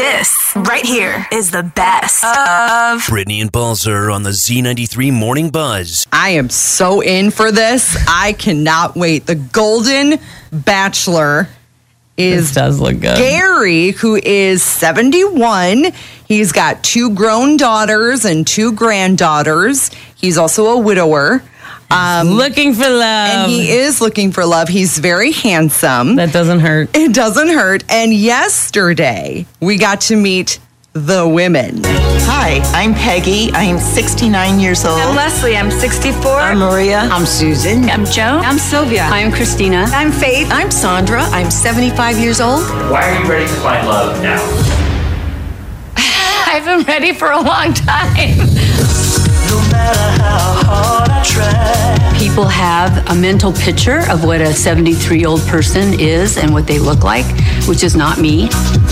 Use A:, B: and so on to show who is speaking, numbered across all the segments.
A: This right here is the best of
B: Brittany and Balzer on the Z93 Morning Buzz.
C: I am so in for this. I cannot wait. The Golden Bachelor
D: This
C: is
D: does look good.
C: Gary, who is 71. He's got two grown daughters and two granddaughters. He's also a widower. Um,
D: Looking for love.
C: and he is looking for love. He's very handsome.
D: Um, that doesn't hurt.
C: It doesn't hurt. And yesterday, we got to meet the women.
E: Hi, I'm Peggy. I'm 69 years old.
F: I'm Leslie. I'm 64.
E: I'm
F: I'm,
E: Maria.
F: Joan. I'm Sylvia. I'm Christina. I'm Faith. I'm Sandra. I'm 75 years old.
G: Why are you ready to find love now?
F: I've been ready for a long time. People have a mental picture of what a 73 year old person is and what they look like, which is not me.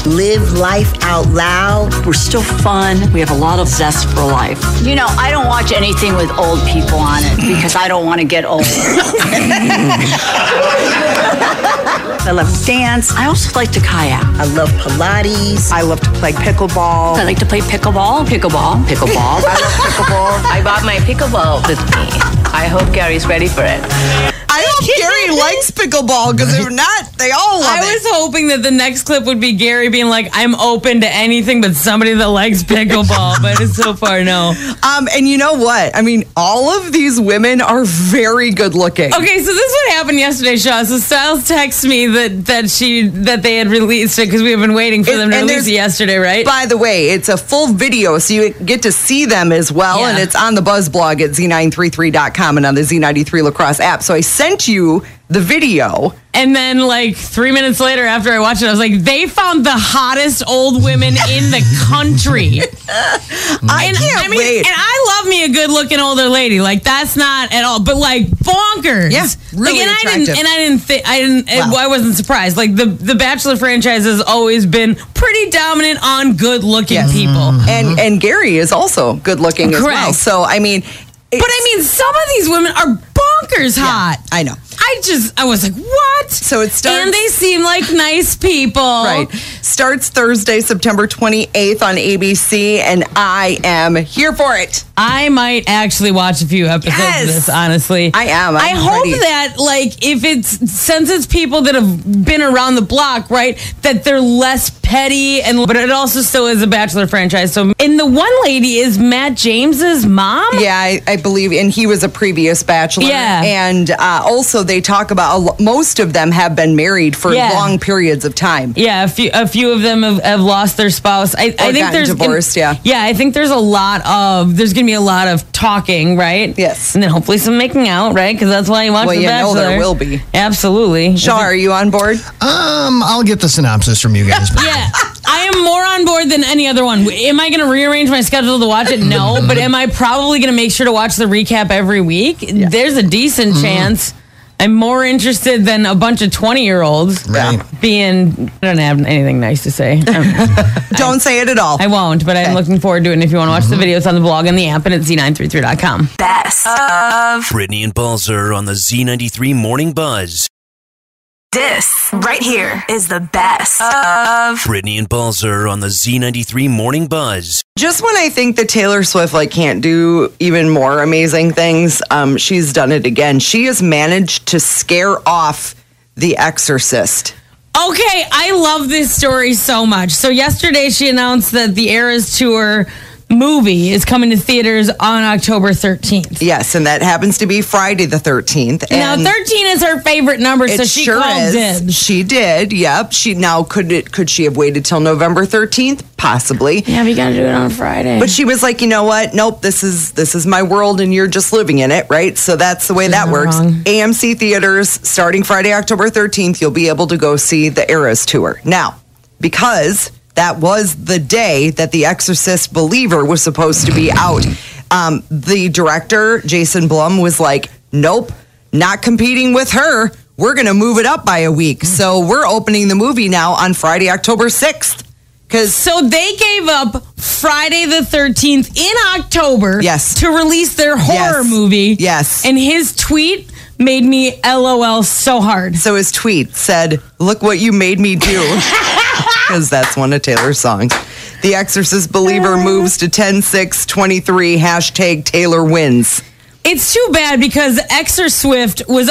H: live life out loud.
F: We're still fun. We have a lot of zest for life. You know, I don't watch anything with old people on it because I don't want to get old. I love dance. I also like to kayak.
H: I love Pilates.
E: I love to play pickleball.
F: I like to play pickleball. Pickleball. Pickleball. I love pickleball. I bought my pickleball with me. I hope Gary's ready for it.
C: I hope Gary likes pickleball because if not, they all love
D: I
C: it.
D: was hoping that the next clip would be Gary being like, I'm open to anything but somebody that likes pickleball, but it's so far no.
C: Um, and you know what? I mean, all of these women are very good looking.
D: Okay, so this is what happened yesterday, Shaw. So Styles texted me that that she that they had released it because we have been waiting for
C: It-
D: them to
C: and
D: release
C: there's-
D: it yesterday, right?
C: By the way, it's a full video, so you get to see them as well.
D: Yeah.
C: And it's on the Buzz blog at z933.com and on the Z93 Lacrosse app. So I sent you the video.
D: And then like three minutes later, after I watched it, I was like, they found the hottest old women in the country.
C: I
D: Mm-hmm. And
C: can't
D: I mean,
C: wait.
D: and I love me a good looking older lady. Like that's not at all, but like bonkers.
C: Yeah, really
D: like, and I
C: attractive.
D: didn't, and I didn't think I didn't. it-
C: Wow.
D: I wasn't surprised. Like the the Bachelor franchise has always been pretty dominant on good looking
C: Yes. Mm-hmm.
D: people.
C: and and Gary is also good looking as well.
D: Mm-hmm. Correct.
C: So I mean,
D: But I mean, some of these women are bonkers hot.
C: I know.
D: I just, I was like, what?
C: So it starts-
D: And they seem like nice people.
C: Right. Starts Thursday, September 28th on ABC, and I am here for it.
D: I might actually watch a few episodes
C: Yes.
D: of this, honestly.
C: I am. I'm
D: i hope
C: ready.
D: that, like, if it's, since it's people that have been around the block, right, that they're less petty, and but it also still is a Bachelor franchise. So, and the one lady is Matt James's mom.
C: Yeah, I, I believe, and he was a previous bachelor.
D: Yeah.
C: and uh, also they talk about a lo- most of them have been married for
D: Yeah.
C: long periods of time.
D: Yeah, a few a few of them have, have lost their spouse. I, I
C: Or
D: think
C: gotten
D: there's gonna-
C: divorced, yeah.
D: yeah. I think there's a lot of there's gonna be a lot of talking, right?
C: Yes.
D: and then hopefully some making out, right? Because that's why you watch
C: Well,
D: The
C: you know
D: Bachelor.
C: there will be.
D: absolutely.
C: Shaw, are you on board?
I: Um, I'll get the synopsis from you guys. But
D: Yeah, I am more on board than any other one. Am I gonna rearrange my schedule to watch it? No, but am I probably gonna make sure to watch the recap every week? There's a decent chance. I'm more interested than a bunch of 20 year olds
I: Right.
D: being. I don't have anything nice to say. Um,
C: Don't say it at all.
D: I won't, but I'm looking forward to it. And if you want to watch the videos on the blog and the app and at z933.com.
A: best of
B: Brittany and Balzer on the Z93 Morning Buzz.
A: this right here is the best of
B: Brittany and Balzer on the Z93 Morning Buzz.
C: Just when I think that Taylor Swift like can't do even more amazing things, um, she's done it again. She has managed to scare off the Exorcist.
D: Okay, I love this story so much. So, yesterday she announced that the Eras Tour movie is coming to theaters on October 13th.
C: Yes, and that happens to be Friday the thirteenth.
D: Now, 13 is her favorite number, so
C: It
D: she
C: sure
D: called
C: is.
D: dibs.
C: She did. Yep. She now could it could she have waited till November thirteenth? Possibly.
D: Yeah, we got to do it on Friday.
C: But she was like, you know what? Nope. This is this is my world, and you're just living in it, right? So that's the way that
D: not
C: works.
D: wrong.
C: AMC theaters starting Friday, October thirteenth. You'll be able to go see the Eras tour now, because that was the day that the Exorcist Believer was supposed to be out. Um, the director Jason Blum was like, nope, not competing with her. We're going to move it up by a week. So we're opening the movie now on Friday, October 6th. Because
D: So they gave up Friday the 13th in October
C: Yes.
D: to release their horror
C: Yes.
D: movie.
C: Yes.
D: And his tweet made me LOL so hard.
C: So his tweet said, "Look what you made me do." because that's one of Taylor's songs. The Exorcist Believer moves to 10 6 23, hashtag Taylor wins.
D: It's too bad because Exor Swift was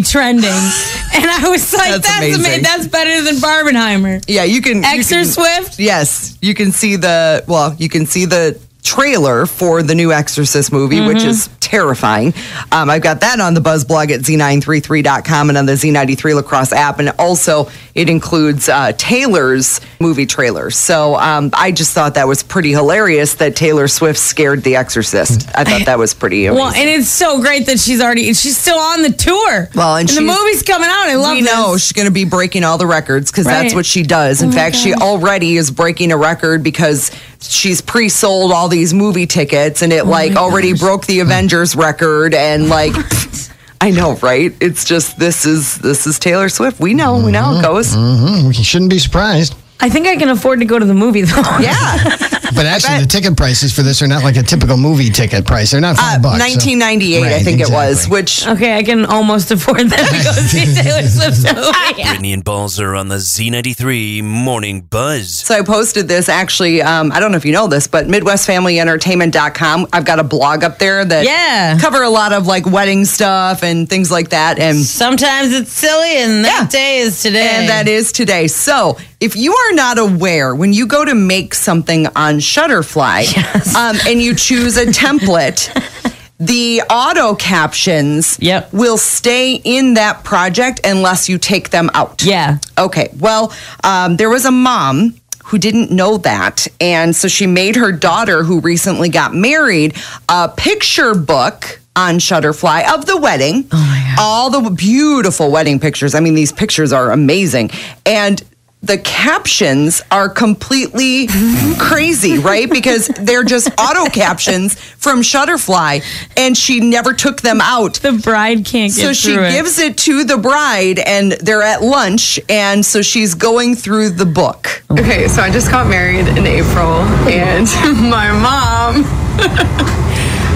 D: trending, and I was like,
C: That's
D: "That's ama-
C: amazing.
D: that's better than Barbenheimer."
C: Yeah, you can. you
D: Exor
C: can-
D: Swift?
C: Yes, you can see the well, you can see the trailer for the new Exorcist movie, which is terrifying. Um, I've got that on the Buzz blog at z933.com and on the Z93 Lacrosse app, and also it includes uh, Taylor's movie trailer. So um, I just thought that was pretty hilarious that Taylor Swift scared the Exorcist. I thought that was pretty. Amazing.
D: Well, and it's so great that she's already she's still on the tour.
C: Well, and
D: the
C: she's-
D: movie's coming out. I love
C: we know
D: this.
C: she's going to be breaking all the records because that's
D: Right. Oh
C: what she does. In fact, she already is breaking a record because she's pre-sold all these movie tickets, and it
D: Oh
C: like already broke the Avengers record. And like, I know, right? It's just this is this is Taylor Swift. We know, we know how it goes.
I: Mm, we shouldn't be surprised.
D: I think I can afford to go to the movie though.
C: Yeah,
I: But actually, the ticket prices for this are not like a typical movie ticket price. They're not five bucks. so-
C: 1998, Uh, I
I: Right,
C: think it was.
I: exactly.
C: Which
D: Okay, I can almost afford that to go see Taylor Swift's movie.
B: Brittany and Balls are on the Z93 Morning Buzz.
C: So I posted this actually. Um, I don't know if you know this, but MidwestFamilyEntertainment.com. I've got a blog up there that
D: Yeah.
C: cover a lot of like wedding stuff and things like that. And
D: Sometimes it's silly, and that day is today.
C: and that is today. So, if you are not aware, when you go to make something on Shutterfly um, and you choose a template, the auto captions
D: Yep.
C: will stay in that project unless you take them out.
D: Yeah.
C: Okay. Well, um, there was a mom who didn't know that. And so she made her daughter, who recently got married, a picture book on Shutterfly of the wedding. Oh my God. All the beautiful wedding pictures. I mean, these pictures are amazing. And the captions are completely crazy, right? Because they're just auto captions from Shutterfly, and she never took them out
D: the bride can't get
C: so she
D: through it.
C: gives it to the bride and they're at lunch and so she's going through the book
J: Okay, so I just got married in April, and my mom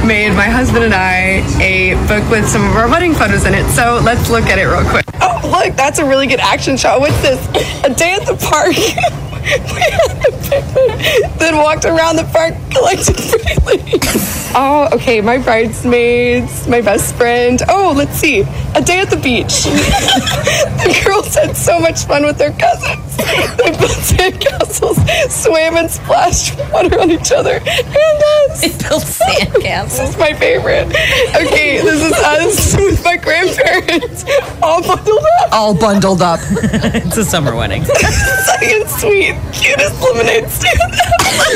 J: made my husband and I a book with some of our wedding photos in it. So let's look at it real quick. Oh, look, that's a really good action shot. What's this? A day at the park. We had a picnic, then walked around the park collecting pretty leaves. Oh, okay, my bridesmaids, my best friend. Oh, let's see, a day at the beach. the girls had so much fun with their cousins. They built sandcastles, swam and splashed water on each other, and us.
D: built sandcastles.
J: This is my favorite. Okay, this is us with my grandparents, all bundled up.
C: all bundled up
D: It's a summer wedding.
J: Second sweet, cutest lemonade stand ever.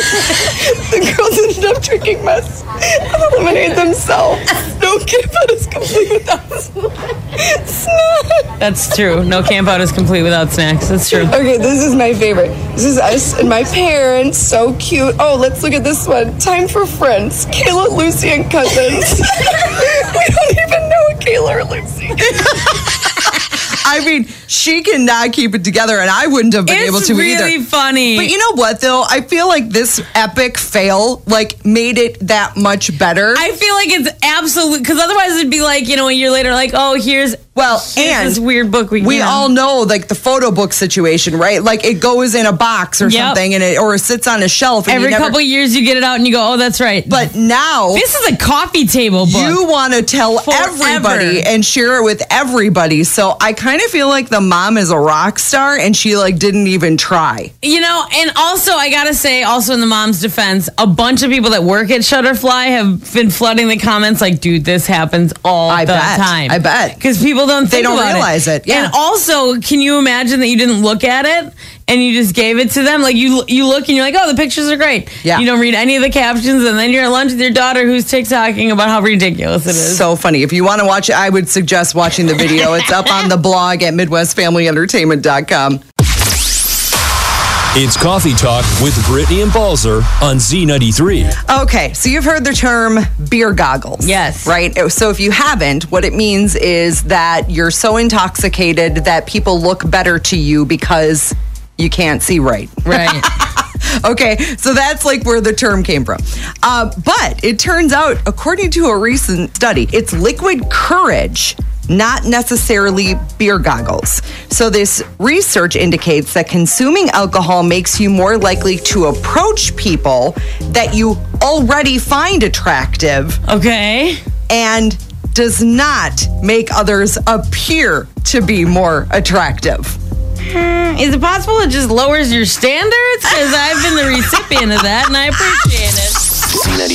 J: the girls ended up drinking mess of the lemonade themselves. No gift that is complete without snack.
D: That's true. No camp out is complete without snacks. That's true.
J: Okay, this is my favorite. This is us and my parents. So cute. Oh, let's look at this one. Time for friends. Kayla, Lucy, and cousins. we don't even know a Kayla or Lucy.
C: i mean she cannot keep it together and i wouldn't have been
D: it's
C: able to
D: really
C: either
D: funny.
C: but you know what though i feel like this epic fail like made it that much better
D: I feel like it's absolute because otherwise it'd be like you know a year later, like oh here's
C: well
D: here's
C: and
D: this weird book we
C: we
D: you know.
C: all know like the photo book situation right like it goes in a box or
D: Yep.
C: something and it or it sits on a shelf and you
D: every
C: never-
D: couple years you get it out and you go oh that's right.
C: but now
D: this is a coffee table book.
C: You want to tell
D: Forever.
C: everybody and share it with everybody. So I kind of feel like the mom is a rock star and she like didn't even try.
D: You know, and also I gotta say, also in the mom's defense, a bunch of people that work at Shutterfly have been flooding the comments like, "Dude, this happens all
C: I
D: the
C: bet.
D: time."
C: I bet.
D: because people don't think
C: don't
D: about
C: realize it, yeah.
D: And also, can you imagine that you didn't look at it and you just gave it to them? Like you, you look and you're like, "Oh, the pictures are great."
C: Yeah.
D: You don't read any of the captions, and then you're at lunch with your daughter who's TikToking about how ridiculous it is.
C: So funny. If you want to watch it, I would suggest watching the video. It's up on the blog at MidwestFamilyEntertainment.com.
K: It's Coffee Talk with Brittany and Balzer on Z93.
C: Okay, so you've heard the term beer goggles.
D: Yes.
C: Right? So if you haven't, what it means is that you're so intoxicated that people look better to you because you can't see right.
D: right.
C: Okay, so that's like where the term came from. Uh, but it turns out, according to a recent study, it's liquid courage not necessarily beer goggles. So, this research indicates that consuming alcohol makes you more likely to approach people that you already find attractive.
D: Okay.
C: And does not make others appear to be more attractive.
D: Is it possible it just lowers your standards? Because I've been the recipient of that and I appreciate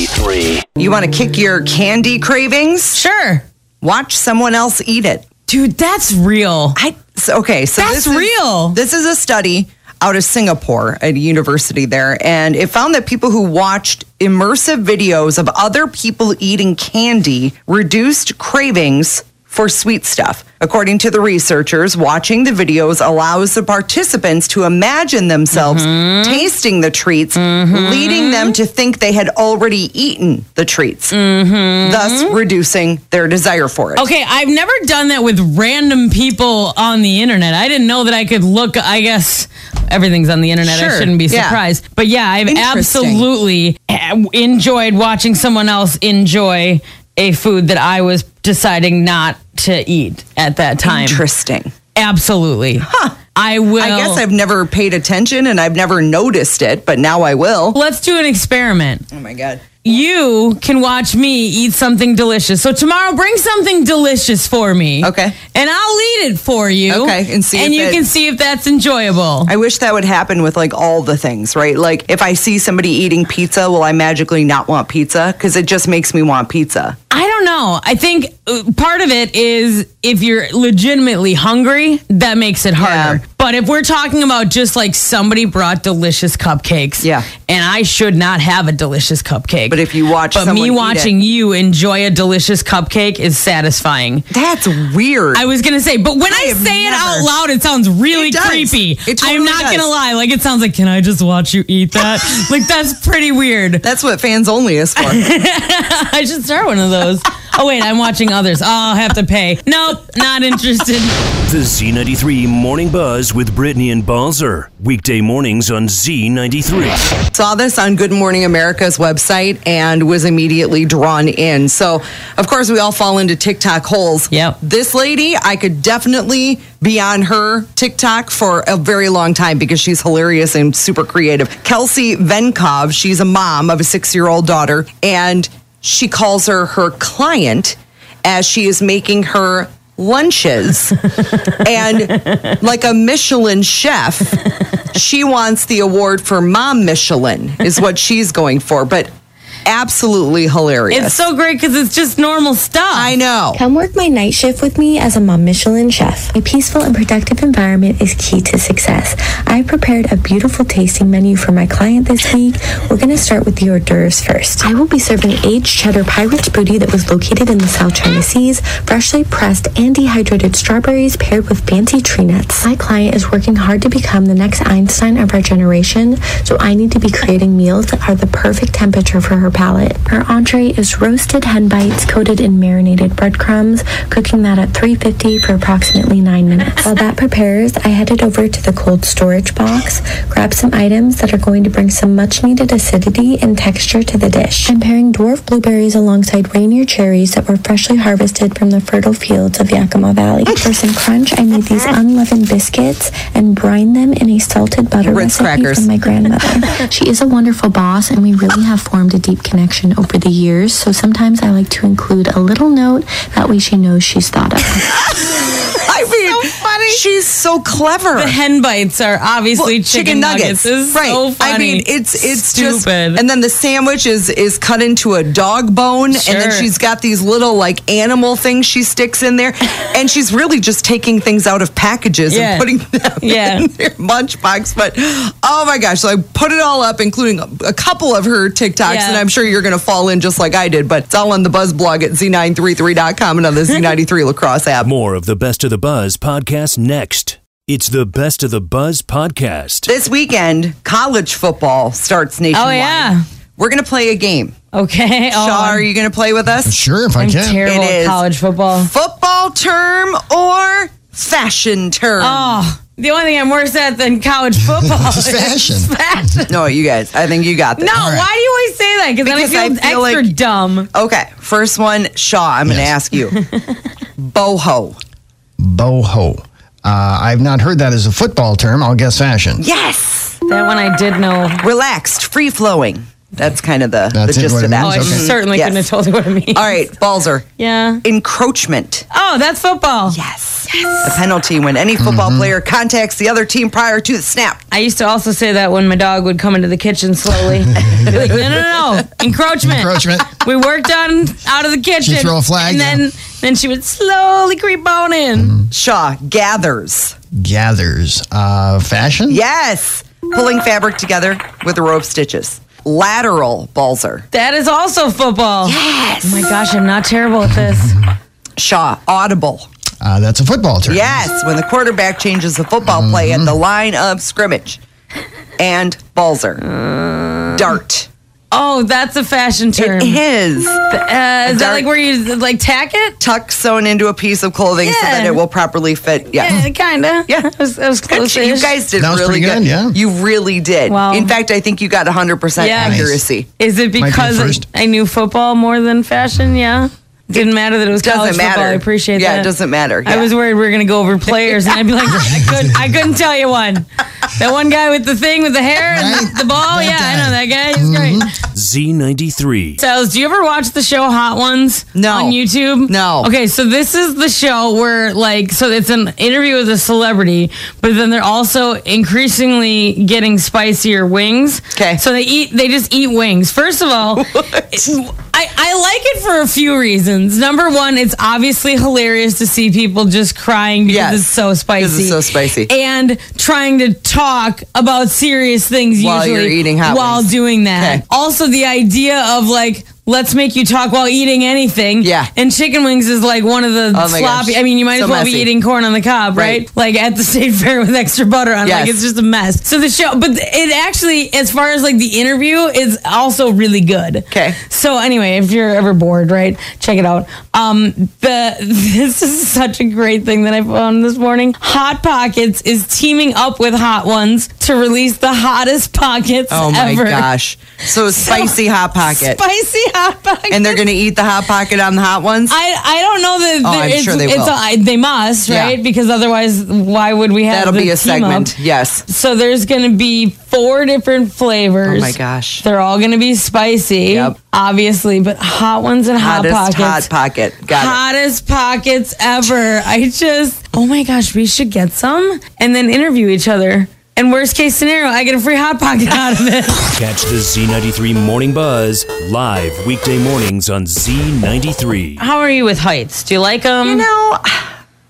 D: it.
C: Z93. You want to kick your candy cravings?
D: Sure.
C: Watch someone else eat it.
D: Dude, that's real.
C: I so- okay, so this
D: That's
C: is-
D: real.
C: This is a study out of Singapore at a university there, and it found that people who watched immersive videos of other people eating candy reduced cravings for sweet stuff. According to the researchers, watching the videos allows the participants to imagine themselves
D: Mm-hmm.
C: tasting the treats, leading them to think they had already eaten the treats, thus reducing their desire for it.
D: Mm-hmm. Okay, I've never done that with random people on the internet. I didn't know that I could look. I guess everything's on the internet.
C: Sure,
D: I shouldn't be
C: yeah.
D: surprised. But yeah, I've
C: Interesting.
D: absolutely eh, enjoyed watching someone else enjoy a food that I was deciding not to eat at that time.
C: Interesting.
D: Absolutely. Huh. I will.
C: I guess I've never paid attention and I've never noticed it, but now I will.
D: Let's do an experiment.
C: Oh my God.
D: you can watch me eat something delicious. So tomorrow, bring something delicious for me.
C: Okay.
D: And I'll eat it for you.
C: Okay, and see
D: And
C: if
D: you
C: it-
D: can see if that's enjoyable.
C: I wish that would happen with like all the things, right? Like if I see somebody eating pizza, will I magically not want pizza? Because it just makes me want pizza.
D: I don't know. I think uh, part of it is if you're legitimately hungry, that makes it harder. But if we're talking about just like somebody brought delicious cupcakes,
C: Yeah.
D: and I should not have a delicious cupcake.
C: But if you watch
D: but
C: someone eat
D: me
C: it-
D: watching you enjoy a delicious cupcake is satisfying.
C: That's weird.
D: I was gonna say, but when I,
C: have
D: say it
C: never-
D: out loud, it sounds really
C: It does.
D: creepy.
C: It totally
D: I'm not
C: does.
D: gonna lie; like it sounds like, can I just watch you eat that? like that's pretty weird.
C: That's what fans only is for.
D: I should start one of those. oh wait, I'm watching others. Oh, I'll have to pay. Nope, not interested.
B: The Z93 Morning Buzz with Brittany and Balzer. Weekday mornings on Z93.
C: Saw this on Good Morning America's website and was immediately drawn in. So, of course, we all fall into TikTok holes.
D: Yep.
C: This lady, I could definitely be on her TikTok for a very long time because she's hilarious and super creative. Kelsey Venkov, she's a mom of a six year old daughter, and she calls her her client as she is making her lunches. and like a Michelin chef, she wants the award for Mom Michelin, is what she's going for. But absolutely hilarious.
D: It's so great because it's just normal stuff.
C: I know.
L: Come work my night shift with me as a Mom Michelin chef. A peaceful and productive environment is key to success. I prepared a beautiful tasting menu for my client this week. We're going to start with the hors d'oeuvres first. I will be serving aged cheddar pirate's booty that was located in the South China Seas, freshly pressed and dehydrated strawberries paired with fancy tree nuts. My client is working hard to become the next Einstein of our generation, so I need to be creating meals that are the perfect temperature for her palate. Her entree is roasted hen bites coated in marinated breadcrumbs, cooking that at 350 for approximately 9 minutes. While that prepares, I headed over to the cold storage box, grabbed some items that are going to bring some much needed acidity and texture to the dish. I'm pairing dwarf blueberries alongside reindeer cherries that were freshly harvested from the fertile fields of Yakima Valley. For some crunch, I made these unleavened biscuits and brine them in a salted butter
C: Ritz
L: recipe
C: crackers.
L: from my grandmother. she is a wonderful boss, and we really have formed a deep connection over the years. So sometimes I like to include a little note that way she knows she's thought of. her.
C: I mean, she's so clever.
D: The hen bites are obviously
C: Well,
D: chicken, nuggets. This is
C: right?
D: so funny.
C: I mean, it's it's
D: stupid.
C: just and then the sandwich is is cut into a dog bone, and then
D: Sure.
C: she's got these little like animal things she sticks in there, and she's really just taking things out of packages
D: Yeah.
C: and putting them
D: Yeah.
C: in their lunchbox. But oh my gosh, so I put it all up, including a couple of her TikToks,
D: Yeah.
C: and I'm sure you're gonna fall in just like I did. But it's all on the Buzz blog at z933.com and on the Z93 Lacrosse app.
B: More of the Best of the Buzz podcast next. It's the Best of the Buzz podcast.
C: This weekend, college football starts nationwide.
D: Oh, yeah.
C: We're going to play a game.
D: okay. Oh,
C: Shaw, are you going to play with us?
I: Sure, if I
D: I'm
I: can.
D: terrible
C: It
D: at
C: is.
D: college football.
C: Football term or fashion term?
D: Oh, the only thing I'm worse at than college football
I: It's
D: is
I: fashion.
D: fashion.
C: No, you guys, I think you got this.
D: No, why do you always say that? Because then I
C: Because
D: feel,
C: I feel
D: extra
C: like-
D: dumb.
C: Okay, first one, Shaw, I'm going to
I: Yes.
C: ask you. boho.
I: Boho. Uh, I've not heard that as a football term. I'll guess fashion.
C: Yes.
D: That one I did know.
C: Relaxed, free flowing. That's kind of the,
I: That's
C: the
I: it,
C: gist
I: what it
C: of that.
I: means? Oh, I Okay.
D: certainly couldn't have told you what it means.
C: All right, Balzer.
D: Yeah.
C: Encroachment.
D: Oh, that's football.
C: Yes. A penalty when any football
I: Mm-hmm.
C: player contacts the other team prior to the snap.
D: I used to also say that when my dog would come into the kitchen slowly. Be like, no, no, no, encroachment.
I: Encroachment.
D: We worked on out of the kitchen.
I: throw a flag,
D: and then then she would slowly creep on in.
C: Shaw gathers.
I: Gathers. Uh, fashion?
C: Yes. Pulling fabric together with a row of stitches. Lateral Balzer.
D: That is also football. Yes. Oh my gosh, I'm not terrible at this.
C: Shaw audible.
I: Uh, that's a football term. Mm-hmm.
C: Yes, when the quarterback changes the football play at the line of scrimmage. And Balzer. Dart.
D: Oh, that's a fashion term.
C: It is.
D: Uh, is that
C: Dart.
D: like where you like tack it?
C: Tuck sewn into a piece of clothing so that
D: Yeah.
C: it will properly fit. Yeah.
D: Yeah, kinda.
C: Yeah.
D: that was, that was close.
C: You guys did
I: That was
C: really
I: pretty good, yeah.
C: You really did.
D: Wow.
C: In fact, I think you got 100%
D: Yeah. Nice.
C: accuracy.
D: Is it
I: be
D: because
I: first.
D: I knew football more than fashion? Yeah. Didn't matter that it was
C: doesn't
D: college football.
C: matter.
D: I appreciate
C: Yeah,
D: that.
C: it doesn't matter.
D: I
C: Yeah.
D: was worried we were gonna go over players, and I'd be like, I couldn't, I couldn't tell you one. That one guy with the thing with the hair and
I: Right?
D: the ball.
I: That
D: yeah, I know that
I: guy. Mm-hmm.
D: guy. He's great.
B: Z93.
D: Tells, do you ever watch the show Hot Ones?
C: No.
D: On YouTube?
C: No.
D: Okay, so this is the show where, like, so it's an interview with a celebrity, but then they're also increasingly getting spicier wings.
C: 'Kay.
D: So they eat, they just eat wings. First of all, it- I, I like it for a few reasons. Number one, it's obviously hilarious to see people just crying because
C: Yes.
D: it's so spicy.
C: Because it's so spicy.
D: And trying to talk about serious things
C: While
D: usually
C: you're eating hot
D: while
C: wings.
D: doing that.
C: Okay.
D: Also, the idea of like, let's make you talk while eating anything.
C: Yeah.
D: And chicken wings is like one of the
C: Oh my
D: sloppy.
C: gosh.
D: I mean, you might
C: So
D: as well
C: messy.
D: be eating corn on the cob, right?
C: Right.
D: Like at the state fair with extra butter on.
C: Yes.
D: Like it's just a mess. So the show, but it actually, as far as like the interview, is also really good.
C: Okay.
D: So anyway, if you're ever bored, right, check it out. Um, the this is such a great thing that I found this morning. Hot Pockets is teaming up with Hot Ones to release the hottest pockets.
C: Oh my
D: ever.
C: gosh. So spicy hot pocket.
D: Spicy hot pocket.
C: and they're going to eat the hot pocket on the hot ones?
D: I, I don't know that
C: Oh,
D: there-
C: I'm
D: it's,
C: sure they
D: it's
C: will.
D: a- I- they must
C: Yeah.
D: right because otherwise why would we have
C: That'll
D: the
C: be a
D: team up?
C: segment. Yes.
D: So there's going to be four different flavors.
C: Oh my gosh.
D: They're all going to be spicy,
C: Yep.
D: obviously, but hot ones and
C: Hottest
D: hot pockets.
C: hot pocket. Got it.
D: Hottest pockets ever. I just, oh my gosh, we should get some and then interview each other. And worst case scenario, I get a free hot pocket out of it.
B: Catch the Z93 Morning Buzz live weekday mornings on Z93.
D: How are you with heights? Do you like them?
C: You know,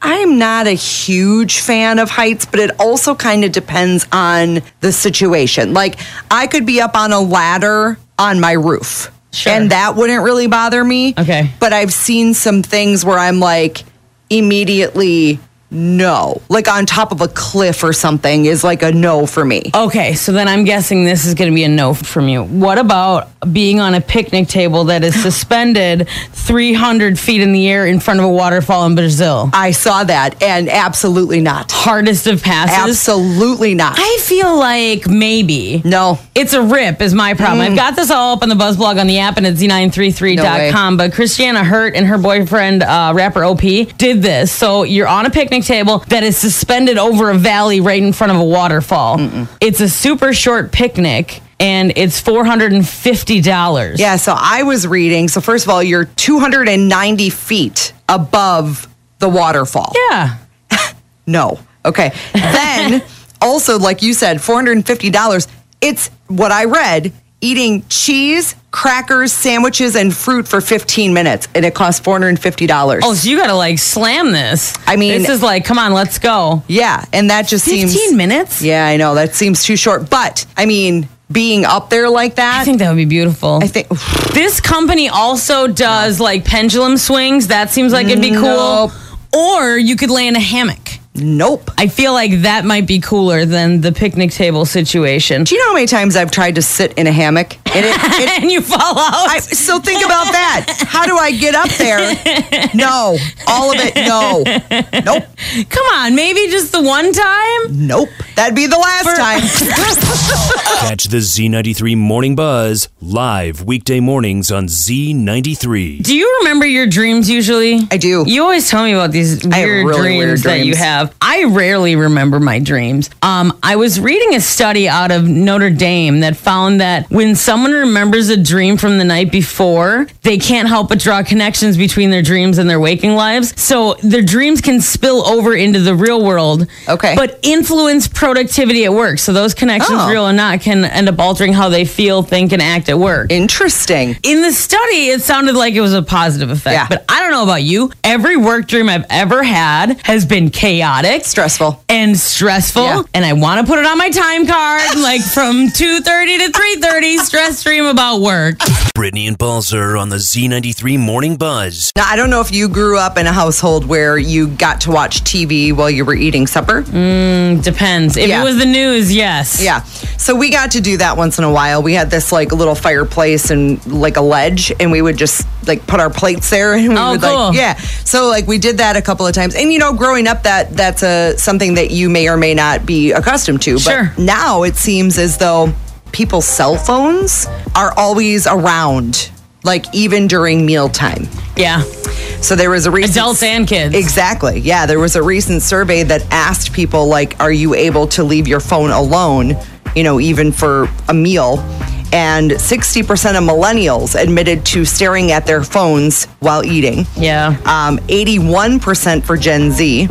C: I'm not a huge fan of heights, but it also kind of depends on the situation. Like, I could be up on a ladder on my roof,
D: Sure.
C: and that wouldn't really bother me.
D: Okay.
C: But I've seen some things where I'm like, immediately, no. Like on top of a cliff or something is like a no for me.
D: Okay, so then I'm guessing this is going to be a no from you. What about being on a picnic table that is suspended 300 feet in the air in front of a waterfall in Brazil?
C: I saw that, and absolutely not.
D: Hardest of passes.
C: Absolutely not.
D: I feel like maybe.
C: no.
D: It's a rip, is my problem.
C: Mm.
D: I've got this all up on the Buzz blog on the app and at z933.com. but Christiana Hurt and her boyfriend, uh, rapper OP, did this. So you're on a picnic table that is suspended over a valley right in front of a waterfall. It's a super short picnic and it's $450.
C: Yeah, so I was reading. So first of all, you're 290 feet above the waterfall.
D: Yeah.
C: No. Okay. Then also, like you said, $450. It's what I read eating cheese, crackers, sandwiches, and fruit for 15 minutes, and it costs $450.
D: Oh, so you got to like slam this.
C: I mean-
D: this is like, come on, let's go.
C: yeah. And that just
D: 15
C: seems.
D: minutes?
C: Yeah, I know. That seems too short. But I mean, being up there like that,
D: I think that would be beautiful.
C: I think
D: This company also does like pendulum swings. That seems like it'd be cool.
C: Nope.
D: Or you could lay in a hammock.
C: nope.
D: I feel like that might be cooler than the picnic table situation.
C: Do you know how many times I've tried to sit in a hammock? And it, it
D: And you fall out.
C: I, so think about that. How do I get up there? No, all of it. No, nope,
D: Come on, maybe just the one time.
C: nope. That'd be the last time.
B: Catch the Z93 Morning Buzz live weekday mornings on Z93.
D: Do you remember your dreams usually? I
C: do.
D: You always tell me about these
C: I have
D: weird,
C: really
D: dreams
C: weird
D: that you
C: dreams.
D: have. I rarely remember my dreams. Um, I was reading a study out of Notre Dame that found that when someone remembers a dream from the night before, they can't help but draw connections between their dreams and their waking lives. So their dreams can spill over into the real world. Okay. But influence productivity at work. So those connections,
C: Oh.
D: real or not, can end up altering how they feel, think, and act at work.
C: Interesting.
D: In the study, it sounded like it was a positive effect. But I don't know about you. Every work dream I've ever had has been chaotic,
C: stressful,
D: and stressful. And I want to put it on my time card, like from two thirty to three thirty. stress dream about work.
B: Brittany and Balzer on the Z93 Morning Buzz.
C: Now, I don't know if you grew up in a household where you got to watch TV while you were eating supper.
D: Mm, depends. If it was the news, yes.
C: Yeah. So we got to do that once in a while. We had this like little fireplace and like a ledge, and we would just like put our plates there, and we
D: Oh,
C: would
D: cool.
C: like yeah. So like we did that a couple of times, and you know, growing up, that that's a something that you may or may not be accustomed to.
D: Sure.
C: But now it seems as though people's cell phones are always around, like even during mealtime.
D: Yeah.
C: So there was a recent adults
D: and kids.
C: Exactly. Yeah, there was a recent survey that asked people like, "Are you able to leave your phone alone? You know, even for a meal?" And sixty percent of millennials admitted to staring at their phones while eating. Um,
D: Yeah.
C: Eighty-one percent for Gen Z.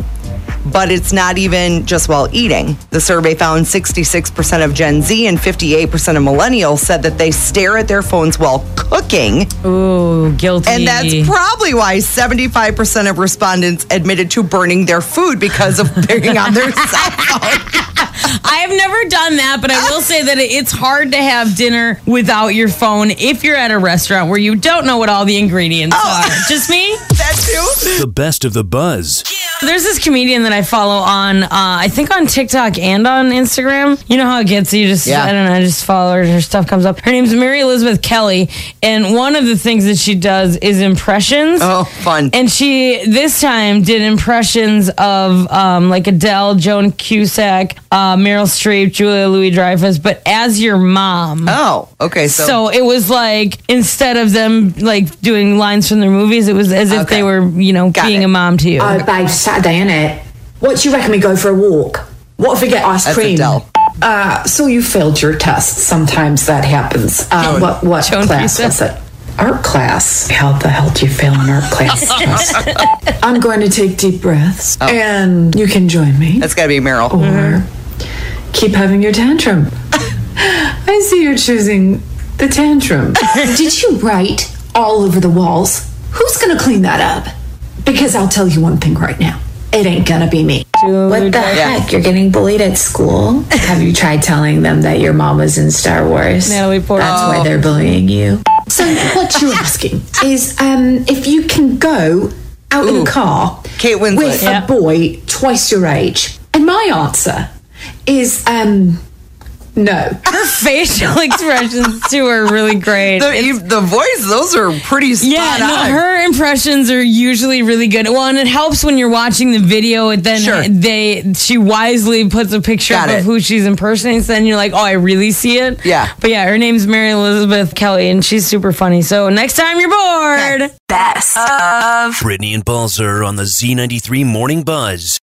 C: But it's not even just while eating. The survey found 66% of Gen Z and 58% of millennials said that they stare at their phones while cooking.
D: Ooh, guilty.
C: And that's probably why 75% of respondents admitted to burning their food because of being on their cell
D: I have never done that, but I will say that it- it's hard to have dinner without your phone if you're at a restaurant where you don't know what all the ingredients
C: Oh.
D: are. Just me?
C: That too?
B: The best of the buzz.
D: There's this comedian that I follow on, uh, I think on TikTok and on Instagram. You know how it gets. You just,
M: Yeah.
D: I don't know, I just follow her. Her stuff comes up. Her name's Mary Elizabeth Kelly. And one of the things that she does is impressions. Oh,
C: fun.
D: And she, this time, did impressions of um, like Adele, Joan Cusack, uh, Meryl Streep, Julia Louis Dreyfus, but as your mom.
C: Oh, okay. So,
D: So it was like instead of them like doing lines from their movies, it was as if they were, you know, being a mom to you.
N: Oh, babe, Saturday, innit? What do you reckon we go for a walk? What if we get ice
D: That's
N: cream?
D: Adele.
N: Uh, so you failed your test. Sometimes that happens. Uh, what what class was it? Art class. How the hell do you fail an art class? I'm going to take deep breaths,
D: Oh.
N: and you can join me.
C: That's got to be Meryl.
N: Or keep having your tantrum. I see you're choosing the tantrum. Did you write all over the walls? Who's going to clean that up? Because I'll tell you one thing right now. It ain't gonna be me.
M: What the heck? You're getting bullied at school? Have you tried telling them that your mom was in Star Wars?
D: Natalie Portman.
M: That's
N: Oh.
M: why they're bullying you.
N: So what you're asking is um, if you can go out in a car with
M: Yeah.
N: a boy twice your age. And my answer is um, no.
D: Her facial expressions too are really great.
C: The, you- the voice, those are pretty spot
D: yeah, no,
C: on.
D: her impressions are usually really good. Well, and it helps when you're watching the video. And then they she wisely puts a picture up of who she's impersonating. So then you're like, oh, I really see it. Yeah. But yeah, her name's Mary Elizabeth Kelly, and she's super funny. So next time you're bored,
A: best of
B: Brittany and Balzer on the Z93 Morning Buzz.